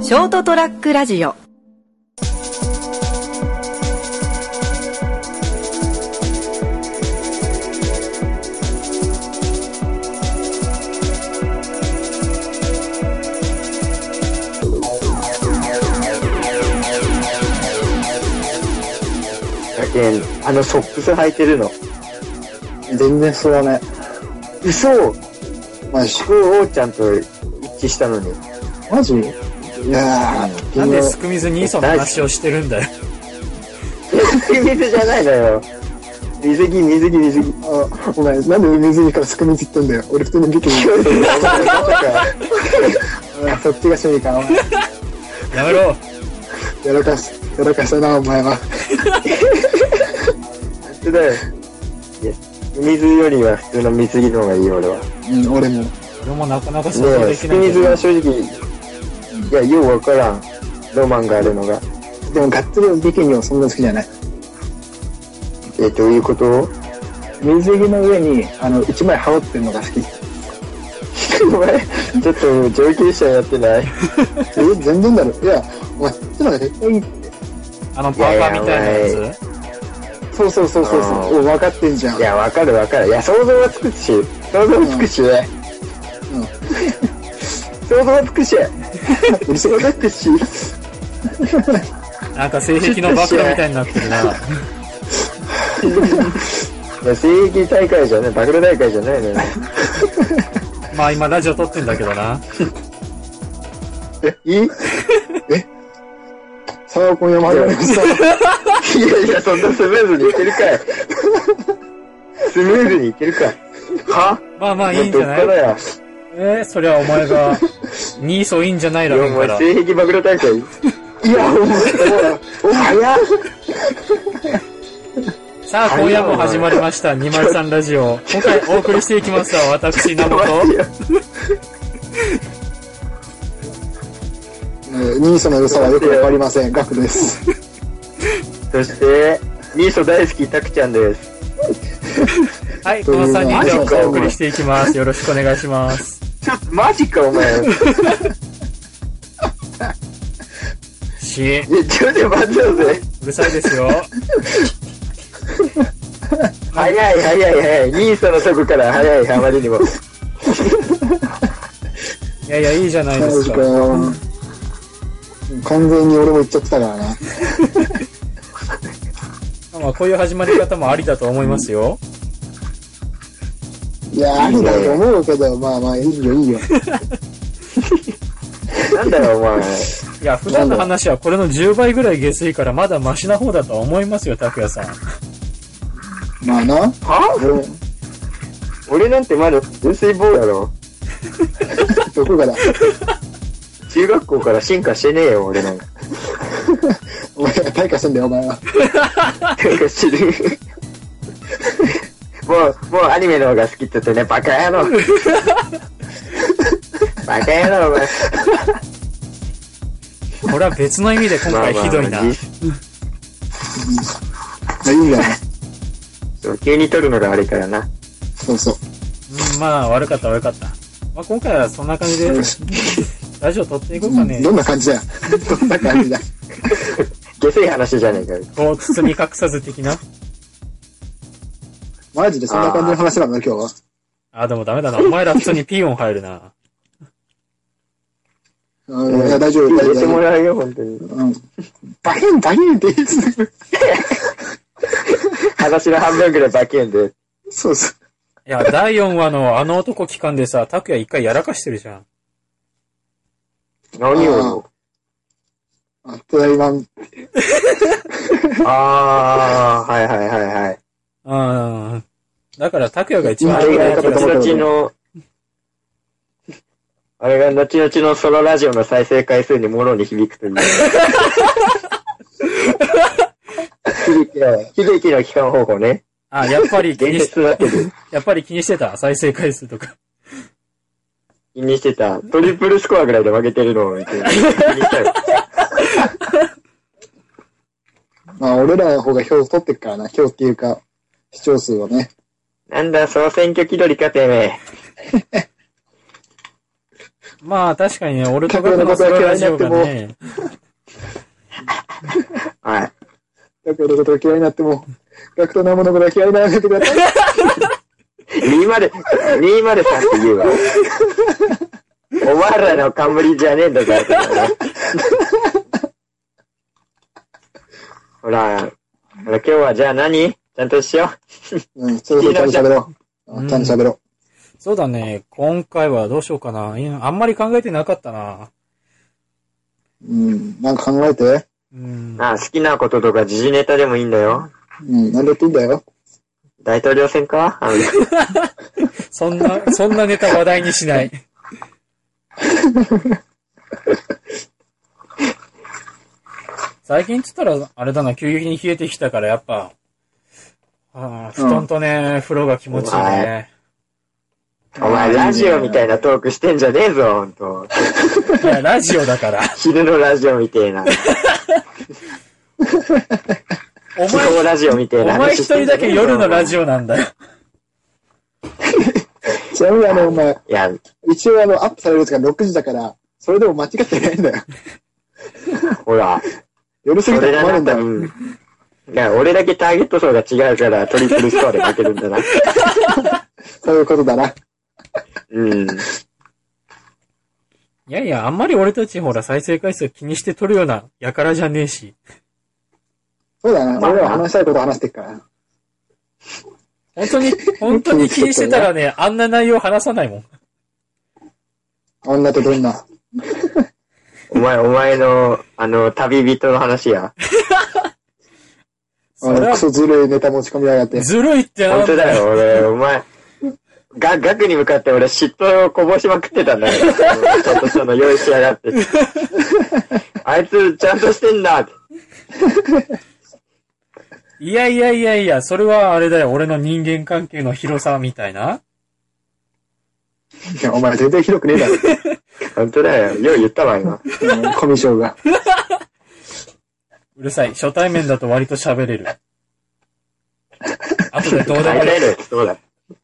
ショートトラックラジオだけあのソックス履いてるの。全然吸わない。嘘マジす。ごいおーちゃんと一致したのに。マジいやー、なんで昨す日くみずにその話をしてる んだよ。水じゃないのよ。水着、水着、水着。あ、お前、なんで水着からすくみずってんだよ。俺普通にビキニ。 あそっちが趣味か、お前。やめろ。やらかし、やらかしたな、お前は。本当だよ。いや水よりは普通の水着の方がいいよ、俺は。うん、俺も。俺もなかなか想像ねえ、できスなクいけ水ど。は正直、いや、ようわからん。ロマンがあるのが。でも、がっつりビキニはそんな好きじゃない。え、どういうこと 水着の上に、あの、一枚羽織ってるのが好き。お前、ちょっと上級者やってないえ、全然だろ。いや、お前、そっちの方が絶対いいって。あのパーカーみたいなやつ。そうそうそうそうあそーう。お分かってんじゃん。いや、わかるわかる。いや、想像はつくし。想像はつくしね。うん想像はつくし。うるせえ想像はつくし。なんか性癖の暴露みたいになってる な。いや、正義大会じゃね、暴露大会じゃないのよ。まあ今ラジオ撮ってんだけどな。いいいさあ、今夜も始まりました。やいや、そんなスムーズにいけるかい。スムーズにいけるかい。はまあまあいいんじどっゃかないらや。えー、そりゃお前が、 ニーソいいんじゃないいだや、ろおうか前、ら。性癖暴露大会。いや、お前、お前、早っさあ、今夜も始まりました、203ラジオ。今回お送りしてい きますわ、私、名本。待ってよニーソの良さはよくわかりません。ガクです。そして、ニーソ大好き、タクちゃんです。はい、この3人でお送りしていきます。よろしくお願いします。ちょっと、マジか、お前。し、いや、ちょっと待ってよぜ。うるさいですよ。早い、早い、早い。ニーソのとこから早い、あまりにも。いやいや、いいじゃないでマすジかか。よ。完全に俺も言っちゃってたからな。まあ、こういう始まり方もありだと思いますよ。いや、ありだと思うけど、まあまあ、いいよ、い いよ。なんだよ、お前。いや、普段の話はこれの10倍ぐらい下水からまだマシな方だとは思いますよ、拓也さん。まあな。は俺俺なんてまだ、純粋棒だろ。どこから中学校から進化してねえよ、俺なんか。お前が退化してんだよ、お前は。なんか知る。もう、もうアニメの方が好きって言ってね、バカ野 郎。バカ野郎、お前。これは別の意味で今回ひどいな。まあまあいいんだよ。そう急に撮るのが悪いからな。そうそう。うんまあ、悪かった悪かった。まあ、今回はそんな感じで、ラジオ撮っていこうかね。どんな感じだよ。どんな感じだ。下水話じゃねえかよ。こう、包み隠さず的な。マジでそんな感じの話なの、今日は。あ、でもダメだな。お前ら普通にピー音入るな。うんいや、大丈入夫、大丈夫れても。らうよ、本当に。うん。バキン、バキンって言い続ける。話の半分ぐらいバケンで。そうそいや、第4話のあの男期間でさ、拓也一回やらかしてるじゃん。何をう。あ、ただいま、あー、はいはいはいはい。うん。だから拓也が一番ああ危れれないが気ががする。後々の、あれが後々のソロラジオの再生回数にもろに響くという。響きの、響きの期間方法ね。あ、やっぱり気現にし、実になってる。やっぱり気にしてた。再生回数とか。気にしてた。トリプルスコアぐらいで負けてるのを見て。気にしちゃうまあ、俺らの方が票取ってっからな。票っていうか、視聴数はね。なんだ、総選挙気取りかてめえ。まあ確かにね、俺とかのソロラジオがね、はい。ガクトのことが嫌いになっても、ガクトのものことが嫌いにならないでくださ い。 2まで、2までさって言えば。お前らの冠じゃねえんだからってね。ほら、ほら今日はじゃあ何ちゃんとしようん、そろそろちゃんと喋ろう。うんちゃんと喋ろそうだね、今回はどうしようかな。いやあんまり考えてなかったな。う。うん、なんか考えて。うんう。。ああ、好きなこととか時事ネタでもいいんだよ。うん、なんだっていいんだよ。大統領選かあのそ んな、そんなネタ話題にしない。最近っつったら、あれだな、急激に冷えてきたから、やっぱ、あー布団とね、風呂が気持ちいいね。お前ラジオみたいなトークしてんじゃねえぞ、ほんと。いや、ラジオだから。昼のラジオみてえな。お地 方前、ラジオみてえおな。前一人だけ夜のラジオなんだよ。ちなみにあの、お前、オ。いや、一応あの、アップされるやつが6時だから、それでも間違ってない んだよ。ほら。夜過ぎそたれらが困なるんんだか、よ。うん。いや、俺だけターゲット層が違うからトリプルスコアで負けるんだな。そういうことだな。うん。いやいや、あんまり俺たちほら再生回数気にして撮るようなやからじゃねえし。そうだな。まあ俺らは話したいこと話してっから。本当に、本当に気にしてたらね、あんな内容話さないもん。女とどんな。お前、お前の、あの、旅人の話や。あそれの、はクソずるいネタ持ち込みやがって。ずるいってな本ん当だよ、俺、お前。が、学に向かって俺嫉妬をこぼしまくってたんだよ。ちゃんとその用意しやがって。あいつ、ちゃんとしてんだって。いやいやいやいや、それはあれだよ、俺の人間関係の広さみたいな。いやお前全然ひどくねえだろ。 本当だよ、よう言ったわ、今。うんコミュ障が。うるさい、初対面だと割と喋れる。後でどうでも大よ、体のそうだ。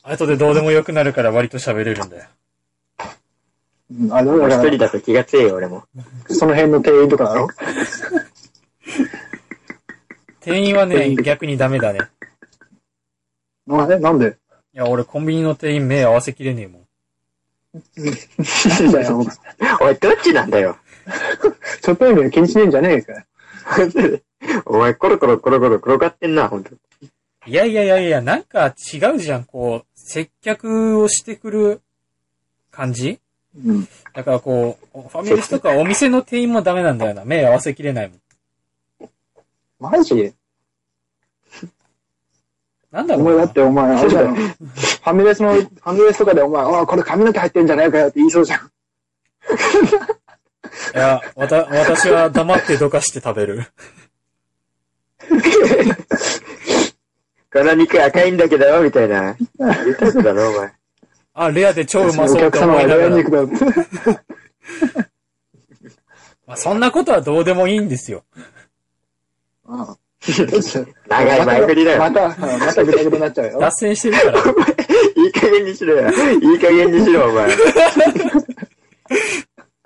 後でどうでもよくなるから割と喋れるんだよ。うんあれもうだ一から人、だと気が強いよ、俺も。その辺の店員とかだろ。店員はね、逆にダメだね。あれなんでいや、俺コンビニの店員目合わせきれねえもん。なん だよ。おい、どっちなんだよ。ちょっとや気にしねえんじゃねえかよ。お前、コロコロコロコロ転がってんな、本当いやいやいやいや、なんか違うじゃん、こう、接客をしてくる感じうん。だからこう、ファミレスとかお店の店員もダメなんだよな。目合わせきれないもん。マジなんだお前ろうだなってお前、あれだろ。ファミレスの、ファミレスとかでお前、ああ、これ髪の毛入ってんじゃないかよって言いそうじゃん。いや、わた、私は黙ってどかして食べる。この肉赤いんだけどよ、みたいな。言ったやつだろ、お前。あ、レアで超うまおそう客と様は思いながレアら。肉だって。まあ、そんなことはどうでもいいんですよ。うん長い前振りだよまた、またまたぐだぐだになっち ゃうよ脱。線してるから。いい加減にしろよ。いい加減にしろ、お前。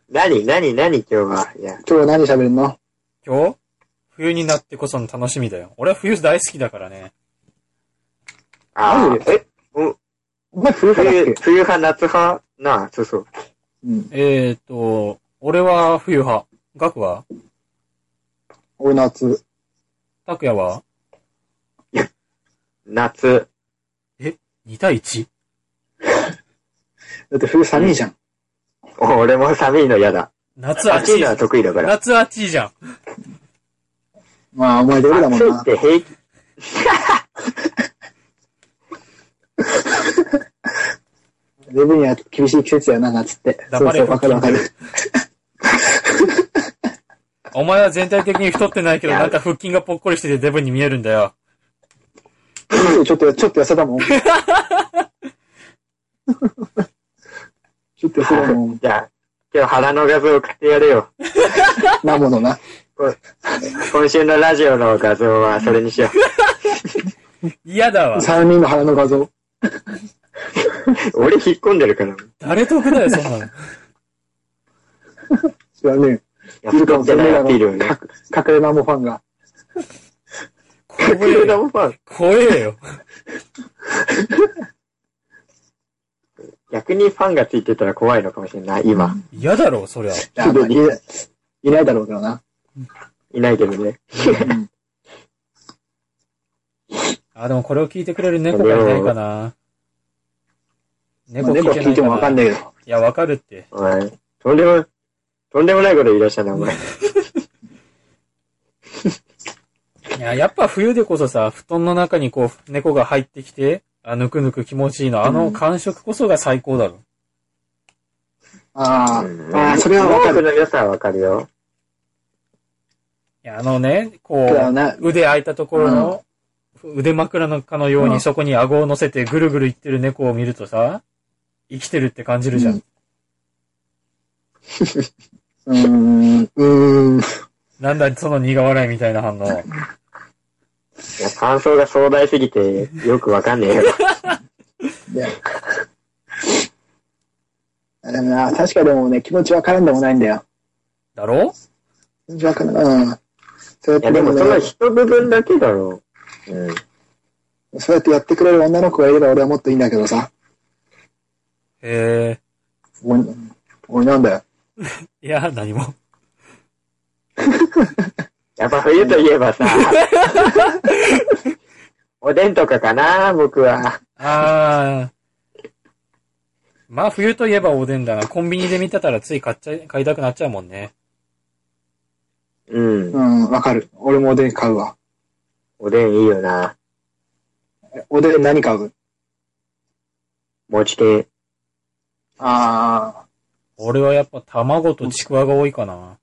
何、何、何、今日は。いや、今日は何喋るの今日冬になってこその楽しみだよ。俺は冬大好きだからね。あマジーえ、おお前冬からだっ冬け、冬派、夏派なあ、そうそう。うん。えーと、俺は冬派。ガクは俺夏。拓也は夏。 ?2 対 1? だって冬寒いじゃん。お俺も寒いの嫌だ。夏暑暑いいの。は得意だから。夏暑いじゃん。まあ、お前どれだもん暑いなっ。て平気。自分には厳しい季節やな、夏って。そ黙うれそう、わかるわかる。 お前は全体的に太ってないけど、なんか腹筋がぽっこりしててデブに見えるんだよ。ちょっと、ちょっと痩せたも ん。ちょっと痩せたもん。じゃあ、今日腹の画像送ってやれよ。なものな。今週のラジオの画像はそれにしよ嫌だわ。 3人の腹の画像。う。俺引っ込んでるから。誰得だよ、そんなの。知らねやっとってないアピールをね。え。隠れナモファンが。怖隠れえラよ。モファン。怖えよ。逆にファンがついてたら怖いのかもしれない、今。嫌だろ、そりゃ。いやまあいないいないだろうからな。いないけどね。うんあ、でもこれを聞いてくれる猫がいないかな。ま猫あ聞い猫て聞ないいてもわかかんな。ないけど。いや、わかるって。お前、とんでも、とんでもないこと言い出したな、お前。いや、やっぱ冬でこそさ、布団の中にこう、猫が入ってきて、あ、ぬくぬく気持ちいいの。あの感触こそが最高だろ。あうんあ、ああ、それはわか多くる。の良さはわかるよ。いや、あのね、こだよう、ね。腕開いたところの、腕枕のかのよううにんそこに顎を乗せてぐるぐるいってる猫を見るとさ、生きてるって感じるじゃん。うんうーん、うーん。なんだ、その苦笑いみたいな反応。い や、感想が壮大すぎて、よくわかん ねえよ。で でもな、確かでもね、気持ちわからんでもないんだよ。だろ気持ちわからん。うん。そうやっいや、でてでももねそ、の一部分だけだろう。うん。そうやってやってくれる女の子がいれば俺はもっといいんだけどさ。へ俺、俺なんだよ。え。いや、何も。やっぱ冬といえ ばさ、おでんとかかな、僕は。あー。まあ冬といえばおでんだな。コンビニで見てたらつい買っちゃい、買いたくなっちゃうもんね。うんう。ん、わかる。俺もおでん買うわ。おでんいいよな。えおでん何買う餅系。あ俺はやっぱ卵とちくわが多いかな。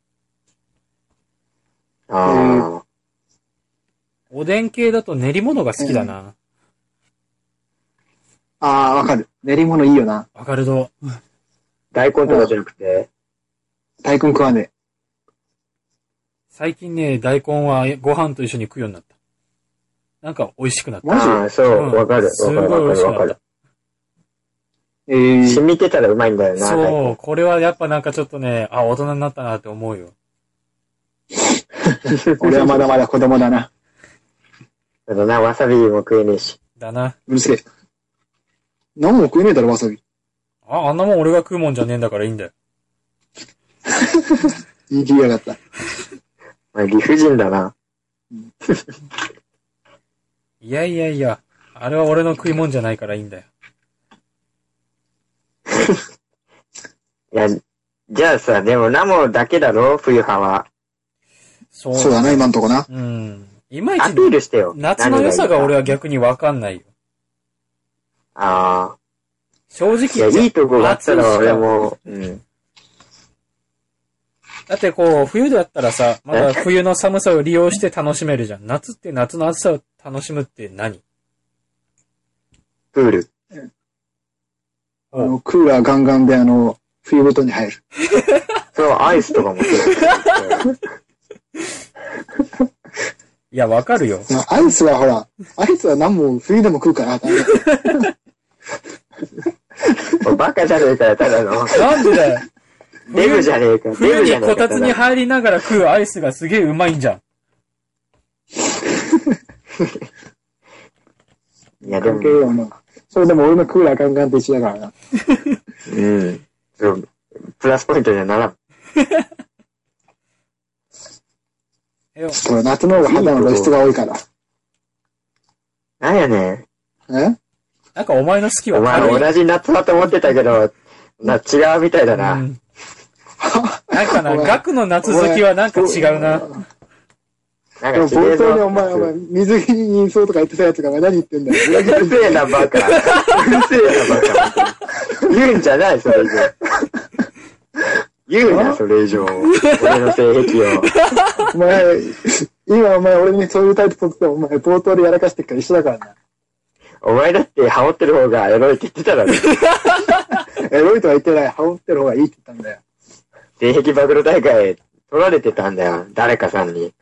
ああ。おでん系だと練り物が好きだな。あ、ああ、わかる。練り物いいよな。わかるぞ。大根とかじゃなくて、大根食わね最近ね、大根はご飯と一緒に食うようになった。なんか美味しくなっえ。た。マジああ、そう、わかる。すごわいかる、美わ味かしる、くわなかっるた。。ええ染みてたらうまいんだよな。そう、これはやっぱなんかちょっとね、あ、大人になったなって思うよ。俺はまだまだ子供だな。だからな、わさびも食えねえし。だな。うるせえ。何も食えねえだろ、わさび。あ、あんなもん俺が食うもんじゃねえんだからいいんだよ。言い切りやがった。まあ、理不尽だな。いやいやいや、あれは俺の食いもんじゃないからいいんだよ。いや、じゃあさ、でもナモだけだろ、冬派は。そそうだな、今んとこな。うん。いまいアちピールしてよ。夏の良さが俺は。は逆にわかんないよ。あ正あ。いや、直。いいとこがあったら夏俺も、うん。だってこう、冬だったらさ、まだ冬の寒さを利用して楽しめるじゃん。夏って夏の暑さを楽しむって何プール。あの、クーラーガンガンで、あの、冬布団に入る。そう、アイスとかも そういや、わかるよ。まあアイスはほら、アイスは何も冬でも食うから。もうバカじゃねえかよ、ただの。なんでだよ。デブじゃねえか。デ冬ブじゃにねえこか。たつに入りながら食うアイスがすげえうまいんじゃん。いや、で関も係、よ、まあ。それでも俺のクーラーガンガンと一緒だからな。うん。そうプラスポイントにはならん。えこれ夏の方が肌の露出が多いから。なんやねん。えなんかお前の好きはお前、軽い。同じ夏だと思ってたけど、な、違うみたいだうな。んなんか な、お前学の夏好きはなんか違うな。なんでかも違えぞ冒頭でお前、お前、水着に印象とか言ってたやつがお前何言ってんだうよ。るせえな、バカ。うるせえな、バカ。言うんじゃない、それ以上。言うな、それ以上。俺の性癖を。お前、今お前俺にそういうタイプ取っててもお前冒頭でやらかしてっから一緒だからな。お前だって、羽織ってる方がエロいって言ってただろ。エロいとは言ってない。羽織ってる方がいいって言ったんだよ。性癖暴露大会、取られてたんだよ。誰かさんに。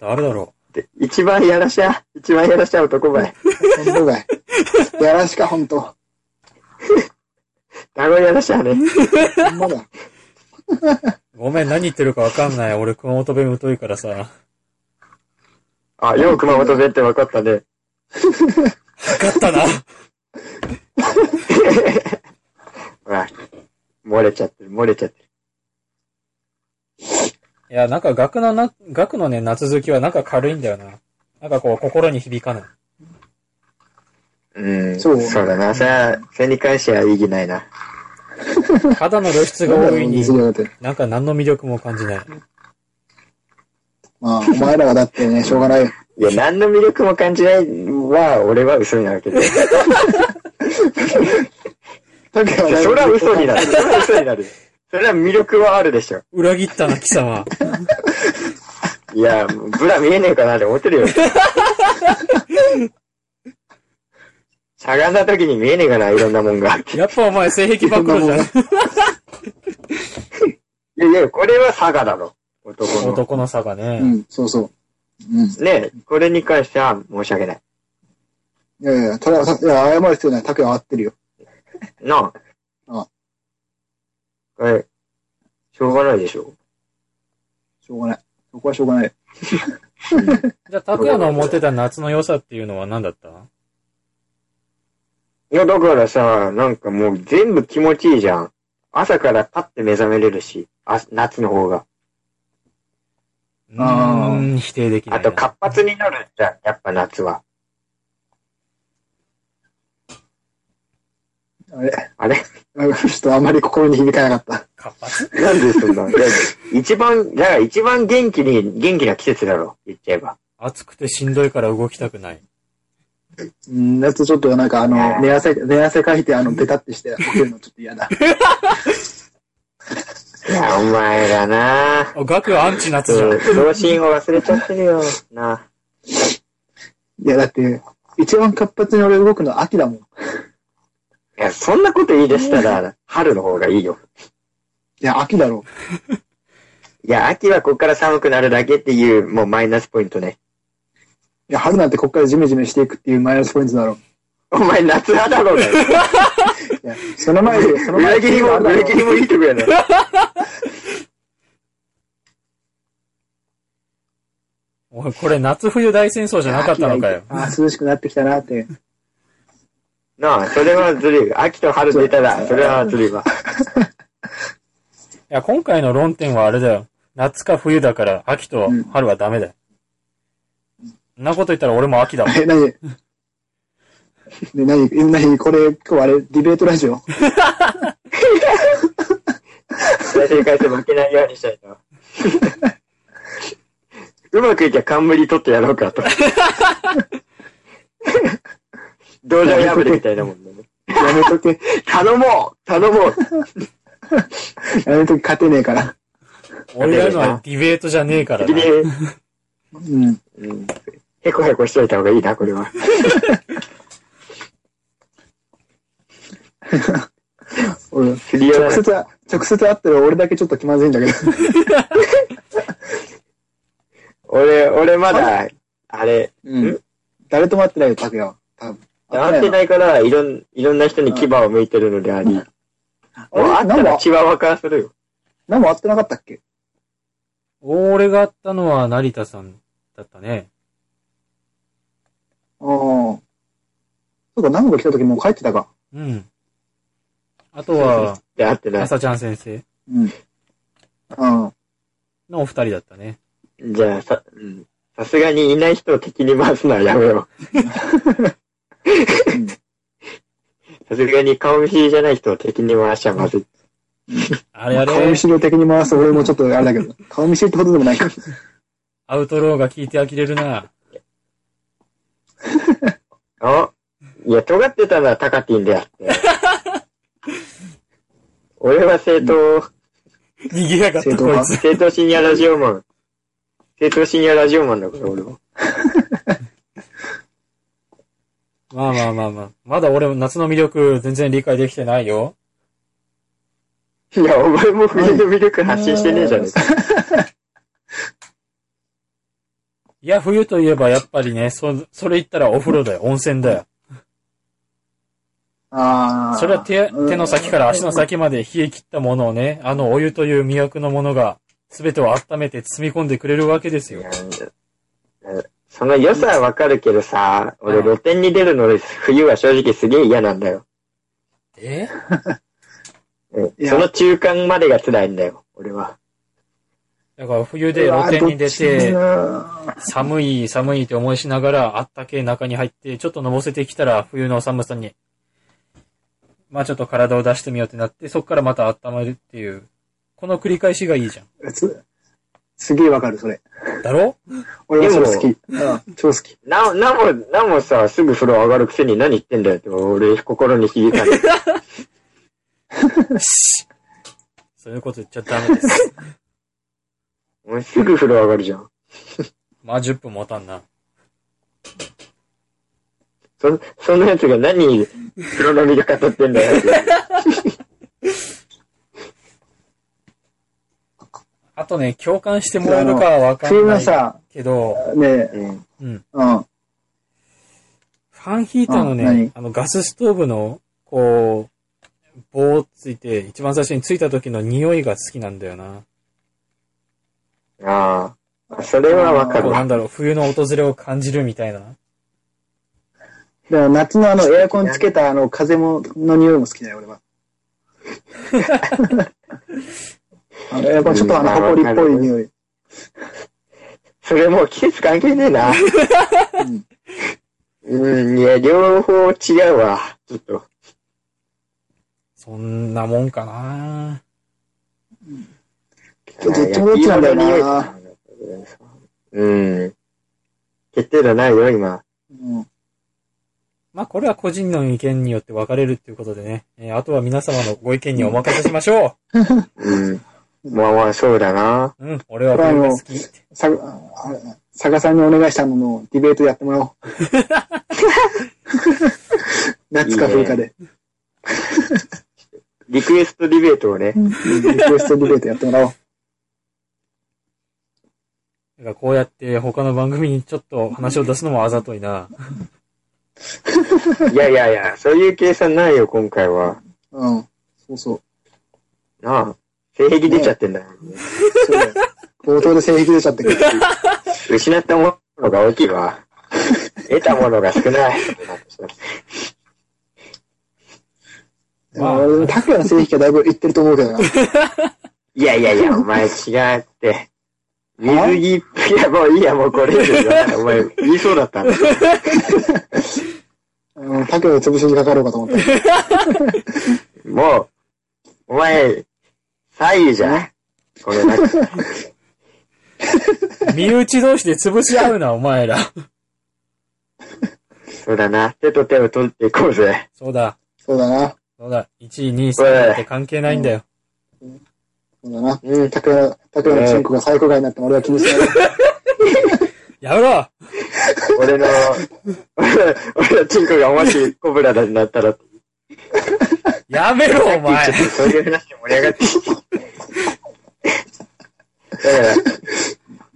誰だろで一番やらしゃ、一番やらしゃ男ばい。ほんとだよ。やらしか、ほんと。名古屋だしはね。ほんまだ。ごめん、何言ってるかわかんない。俺、熊本弁疎いからさ。あ、よう熊本弁って分かったね。分かったな。うわ、漏れちゃってる、漏れちゃってる。いや、なんか学のな、学のね、夏好きはなんか軽いんだよな。なんかこう、心に響かない。うん。そうそうだな。それは、それに関しては意義ないな。肌の露出がなんだ多ろ、いうに水、着って。なんか何の魅力も感じない。まあ、お前らがだってね、しょうがないよ。いや、何の魅力も感じないは、俺は嘘になるけ ど。だけどいねやそれは嘘になる。 それは嘘になる。それは魅力はあるでしょ。裏切ったな、貴様。いや、もうブラ見えねえかなって思って るよ。しゃがんだ時に見えねえかな、いろんなもんが。いやっぱお前、性癖ばっかりじゃ ん。やいや、これは佐賀だろ。男の。男の差がうね。ん、そうそう。うん。いねえこれに関しては申し訳ない。やいや、ただ、いや、謝る必要ない。タケは合ってるよ。なあ。あこれ、しょうがないでしょ。しょうがない。そこはしょうがない。じゃあ、拓也の思ってた夏の良さっていうのは何だったいや、だからさ、なんかもう全部気持ちいいじゃん。朝からパッて目覚めれるし、あ夏の方が。うあーーん、否定できなあいな。と活発になるじゃん、やっぱ夏は。あれあれ なんかちょっとあんまり心に響かなかっ活発なんでそんな。いや一番、だから一番元気に、元気な季節だろ、言っちゃえば。暑くてしんどいから動きたくない。た。うん、だとちょっとなんかあの、寝汗、寝汗かいてあの、ベタってして起きるのちょっと嫌だ。いや、お前らなあ、学アンチ夏じゃん。童心を忘れちゃってるよ。なあいや、だって、一番活発に俺動くのは秋だもん。いいや、そんなこと言い出したら、春の方がいいよ。や、秋だろ。いや、秋はここから寒くなるだけっていう、もうマイナスポイントね。いや、春なんてこっからジメジメしていくっていうマイナスポイントだろ。お前夏派だろうが。いや、その前で、そ の前裏で切りも、あるだろ裏切りもいいとこやな。おい、これ夏冬大戦争じゃなかったのかよ秋。がいいあ、涼しくなってきたなって。なあ、それはずるい。秋と春出たら、それはずるいわ。いや、今回の論点はあれだよ。夏か冬だから、秋と春はダメだよ。そんなこと言ったら俺も秋 だもん。え、な にで、なにえ、なにこれ、今日あれ、ディベートラジオ 再生回数負けないようにしたいと。うまくいきゃ冠取ってやろうか と。道場破りみたいなもんだね。やめとけ。頼もう頼もうやめとけ、勝てねえから。俺らのはディベートじゃねえからな。うん。うんへこへこしといた方がいいな、これは。俺、振り寄ら直ない接は、直接会ったら俺だけちょっと気まずいんだけど。俺、俺まだ、あれ、うん。誰とも会ってないよ、拓也は。多分。会ってい。ないから、いろん、いろんな人に牙を向いてるのであり、もうあれ会ったなんらかチワワ化するよ。何も会ってなかったっけ俺があったのは成田さんだったね。ああ。そうか、何も来た時もう帰ってたか。うん。あとは、で、会ってない。朝ちゃん先生うん。あのお二人だったね。じゃあ、さ、うん。さすがにいない人を敵に回すのはやめよんう。さすがに顔見知りじゃない人を敵に回しちゃまずい。あれあ。あ顔見れ、知りを敵に回す俺もちょっとあれだけ ど。顔見知りってことでもないか。アウトローが聞いて呆れる な。あいや、尖ってたのはタカティンであって。俺は正当、逃げやがった、正当こい派つ。正当深夜ラジオマン。正当深夜ラジオマンだから俺は。まあまあまあまあ。まだ俺も夏の魅力全然理解できてないよ。いや、お前も冬の魅力発信してねえじゃねえか。いや、冬といえばやっぱりね、そ、それ言ったらお風呂だよ、温泉だよ。ああ。それは手、手の先から足の先まで冷え切ったものをね、あのお湯という魅惑のものが、すべてを温めて包み込んでくれるわけですよ。その良さはわかるけどさ、俺露店に出るので冬は正直すげえ嫌なんだよ。えうんその中間までが辛いんだよ、俺は。だから冬で露店に出て、寒い寒いって思いしながら、あったけえ中に入って、ちょっとのぼせてきたら冬の寒さに、まあちょっと体を出してみようってなって、そこからまた温めるっていう、この繰り返しがいいじゃん。すすげえわかる、それ。だろ俺もそれ好き。うん、超好き。な、なも、なもさ、すぐ風呂上がるくせに何言ってんだよって、俺心に響かない。そういうこと言っちゃダメです。もうすぐ風呂上がるじゃん。まあ10分持たんな。そ、そのやつが何、風呂の魅力語ってんだよって。あとね、共感してもらえるかはわか冬んなのいさ、けど、ねえ、うん。うん。うん。ファンヒーターのあ何ね、あのガスストーブの、こう、棒ついて、一番最初についた時の匂いが好きなんだよな。ああ。それはわかこるうなわ。んだろう、冬の訪れを感じるみたいな。だから夏のあのエアコンつけたあの風も、の匂いも好きだよ、 俺は。あのエアコンちょっとあの、埃っぽい匂い。それもう季節関係ねえな。うん、いや、両方違うわ。ちょっと。そんなもんかな。ちょっとどっちもどっちなんだよな。うん。決定だないよ、今。うんまあこれは個人の意見によって分かれるっていうことでね。えーあとは皆様のご意見にお任せしましょうん。まあまあ、そうだな。う。うん、俺は冬が好き。さ、あ佐賀さんにお願いしたののディベートやっても らおう。夏か冬かで。リクエストディベートをね。リクエストディベートやってもらおう。だからこうやって他の番組にちょっと話を出すのもあざといな。いやいやいや、そういう計算ないよ、今回は。うん。そうそう。なあ。性癖出ちゃってんだよ。そうだよ冒頭で性癖出ちゃったけど。失ったものが大きいわ。得たものが少ない。まあ俺の拓也の性癖はだいぶいってると思うけどな。いやいやいや、お前違って。水着、いやもういいや、もうこれ以上言わないお前、言いそうだったんだ。うん、拓也の潰しにかかろうかと思った。もう、お前、左右じゃん。これなんか、身内同士で潰し合うな、お前ら。そうだな。手と手を取っていこうぜ。そうだ、そうだな。そうだ、1位、2位、3位って関係ないんだよ。そうだな。うん、拓也、拓也のチンコが最高外になっても俺は気にしない。やめろ俺の、 俺俺のチンコがもしコブラだになったら、やめろ、お前ちょっとそういう話で盛り上がってきて。だから、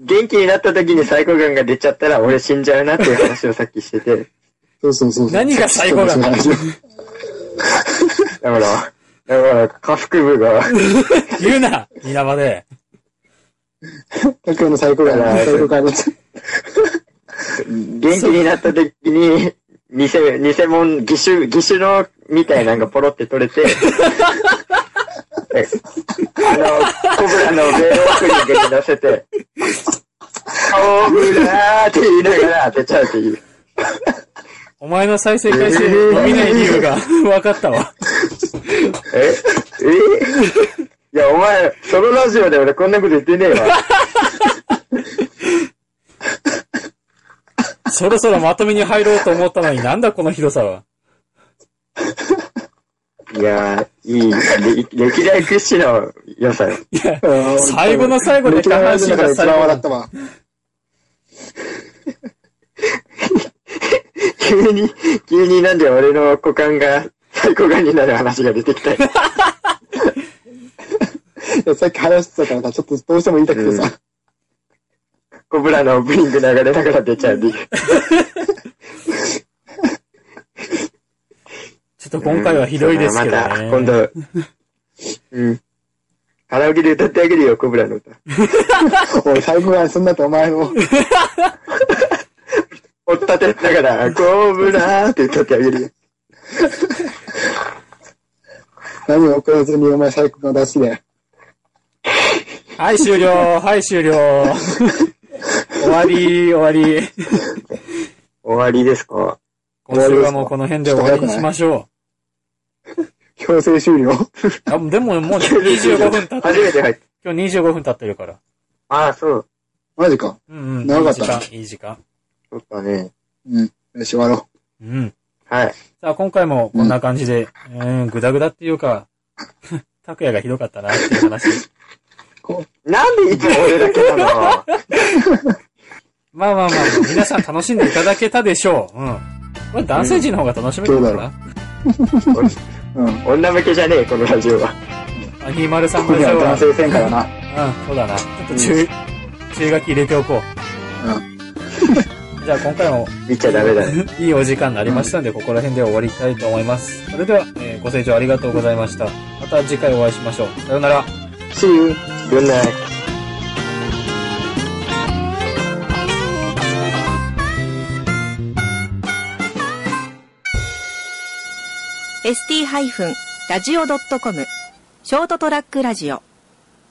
元気になった時にサイコガンが出ちゃったら俺死んじゃうなっていう話をさっきしてて。そうそうそうそう。何が最高なんだそうそうだから、だから、下腹部が、言うな皆まで。拓也の最高外になって最高外になって。元気になった時に、 偽、偽物、義手、義手の、みたいなのがポロって取れて、えあの、コブラのベールをクリックに乗せて、コブラーって言いながら当てちゃうっていう。お前の再生回数伸びない理由が分かったわ。ええいや、お前、そのラジオで俺こんなこと言ってねえわ。そろそろまとめに入ろうと思ったのになんだこの広さは。いやー、いい、れ歴代屈指の良さよ。うん最後の最後で歴代下の半やつ身だからが一最番後笑だったわ。急に、急になんで俺の股間が、最高がになる話が出てきたよ。いやさっき話してたからさ、ちょっとどうしても言いたくてさ。コブラのオープニング流れながら出ちゃうっていう。ちょっと今回はひどいですけどね。また、今度。うん。カラオケで歌ってあげるよ、コブラの歌。俺最後はそんなとお前の、追っ立てながら、コブラーって歌ってあげるよ。何も送らずにお前最高が出しで。はい、終了。はい、終 了。終わり、終わり。終わりですか今週はもうこの辺で終わりにしましょ強制終了。う。あでももう25分 経って初る。めて入った。今日25分経ってるから。ああ、そう。マジか。うんうん。長かったいい時間、いい時間。そうだね。うん。よし、終わろう。うん。はい。さあ、今回もこんな感じで、うん、ぐだぐだっていうか、 拓也がひどかったなっていう話。なんでいつも俺だけなのまあまあまあ、皆さん楽しんでいただけたでしょう。うん。これ男性陣の方が楽しめるのかな、うん。女向けじゃねえ、このラジオは。アニマルさんここのに人はは、う男ん、そ性せんからな。うだな。ちょっと注意、注意書き入れておこう。うん。じゃあ今回も見ちゃダメだね。いいお時間になりましたので、ここら辺で終わりたいと思います。それでは、えーご清聴ありがとうございました。また次回お会いしましょう。さようなら。 See you. Good night. ST-radio.com ショートトラックラジオ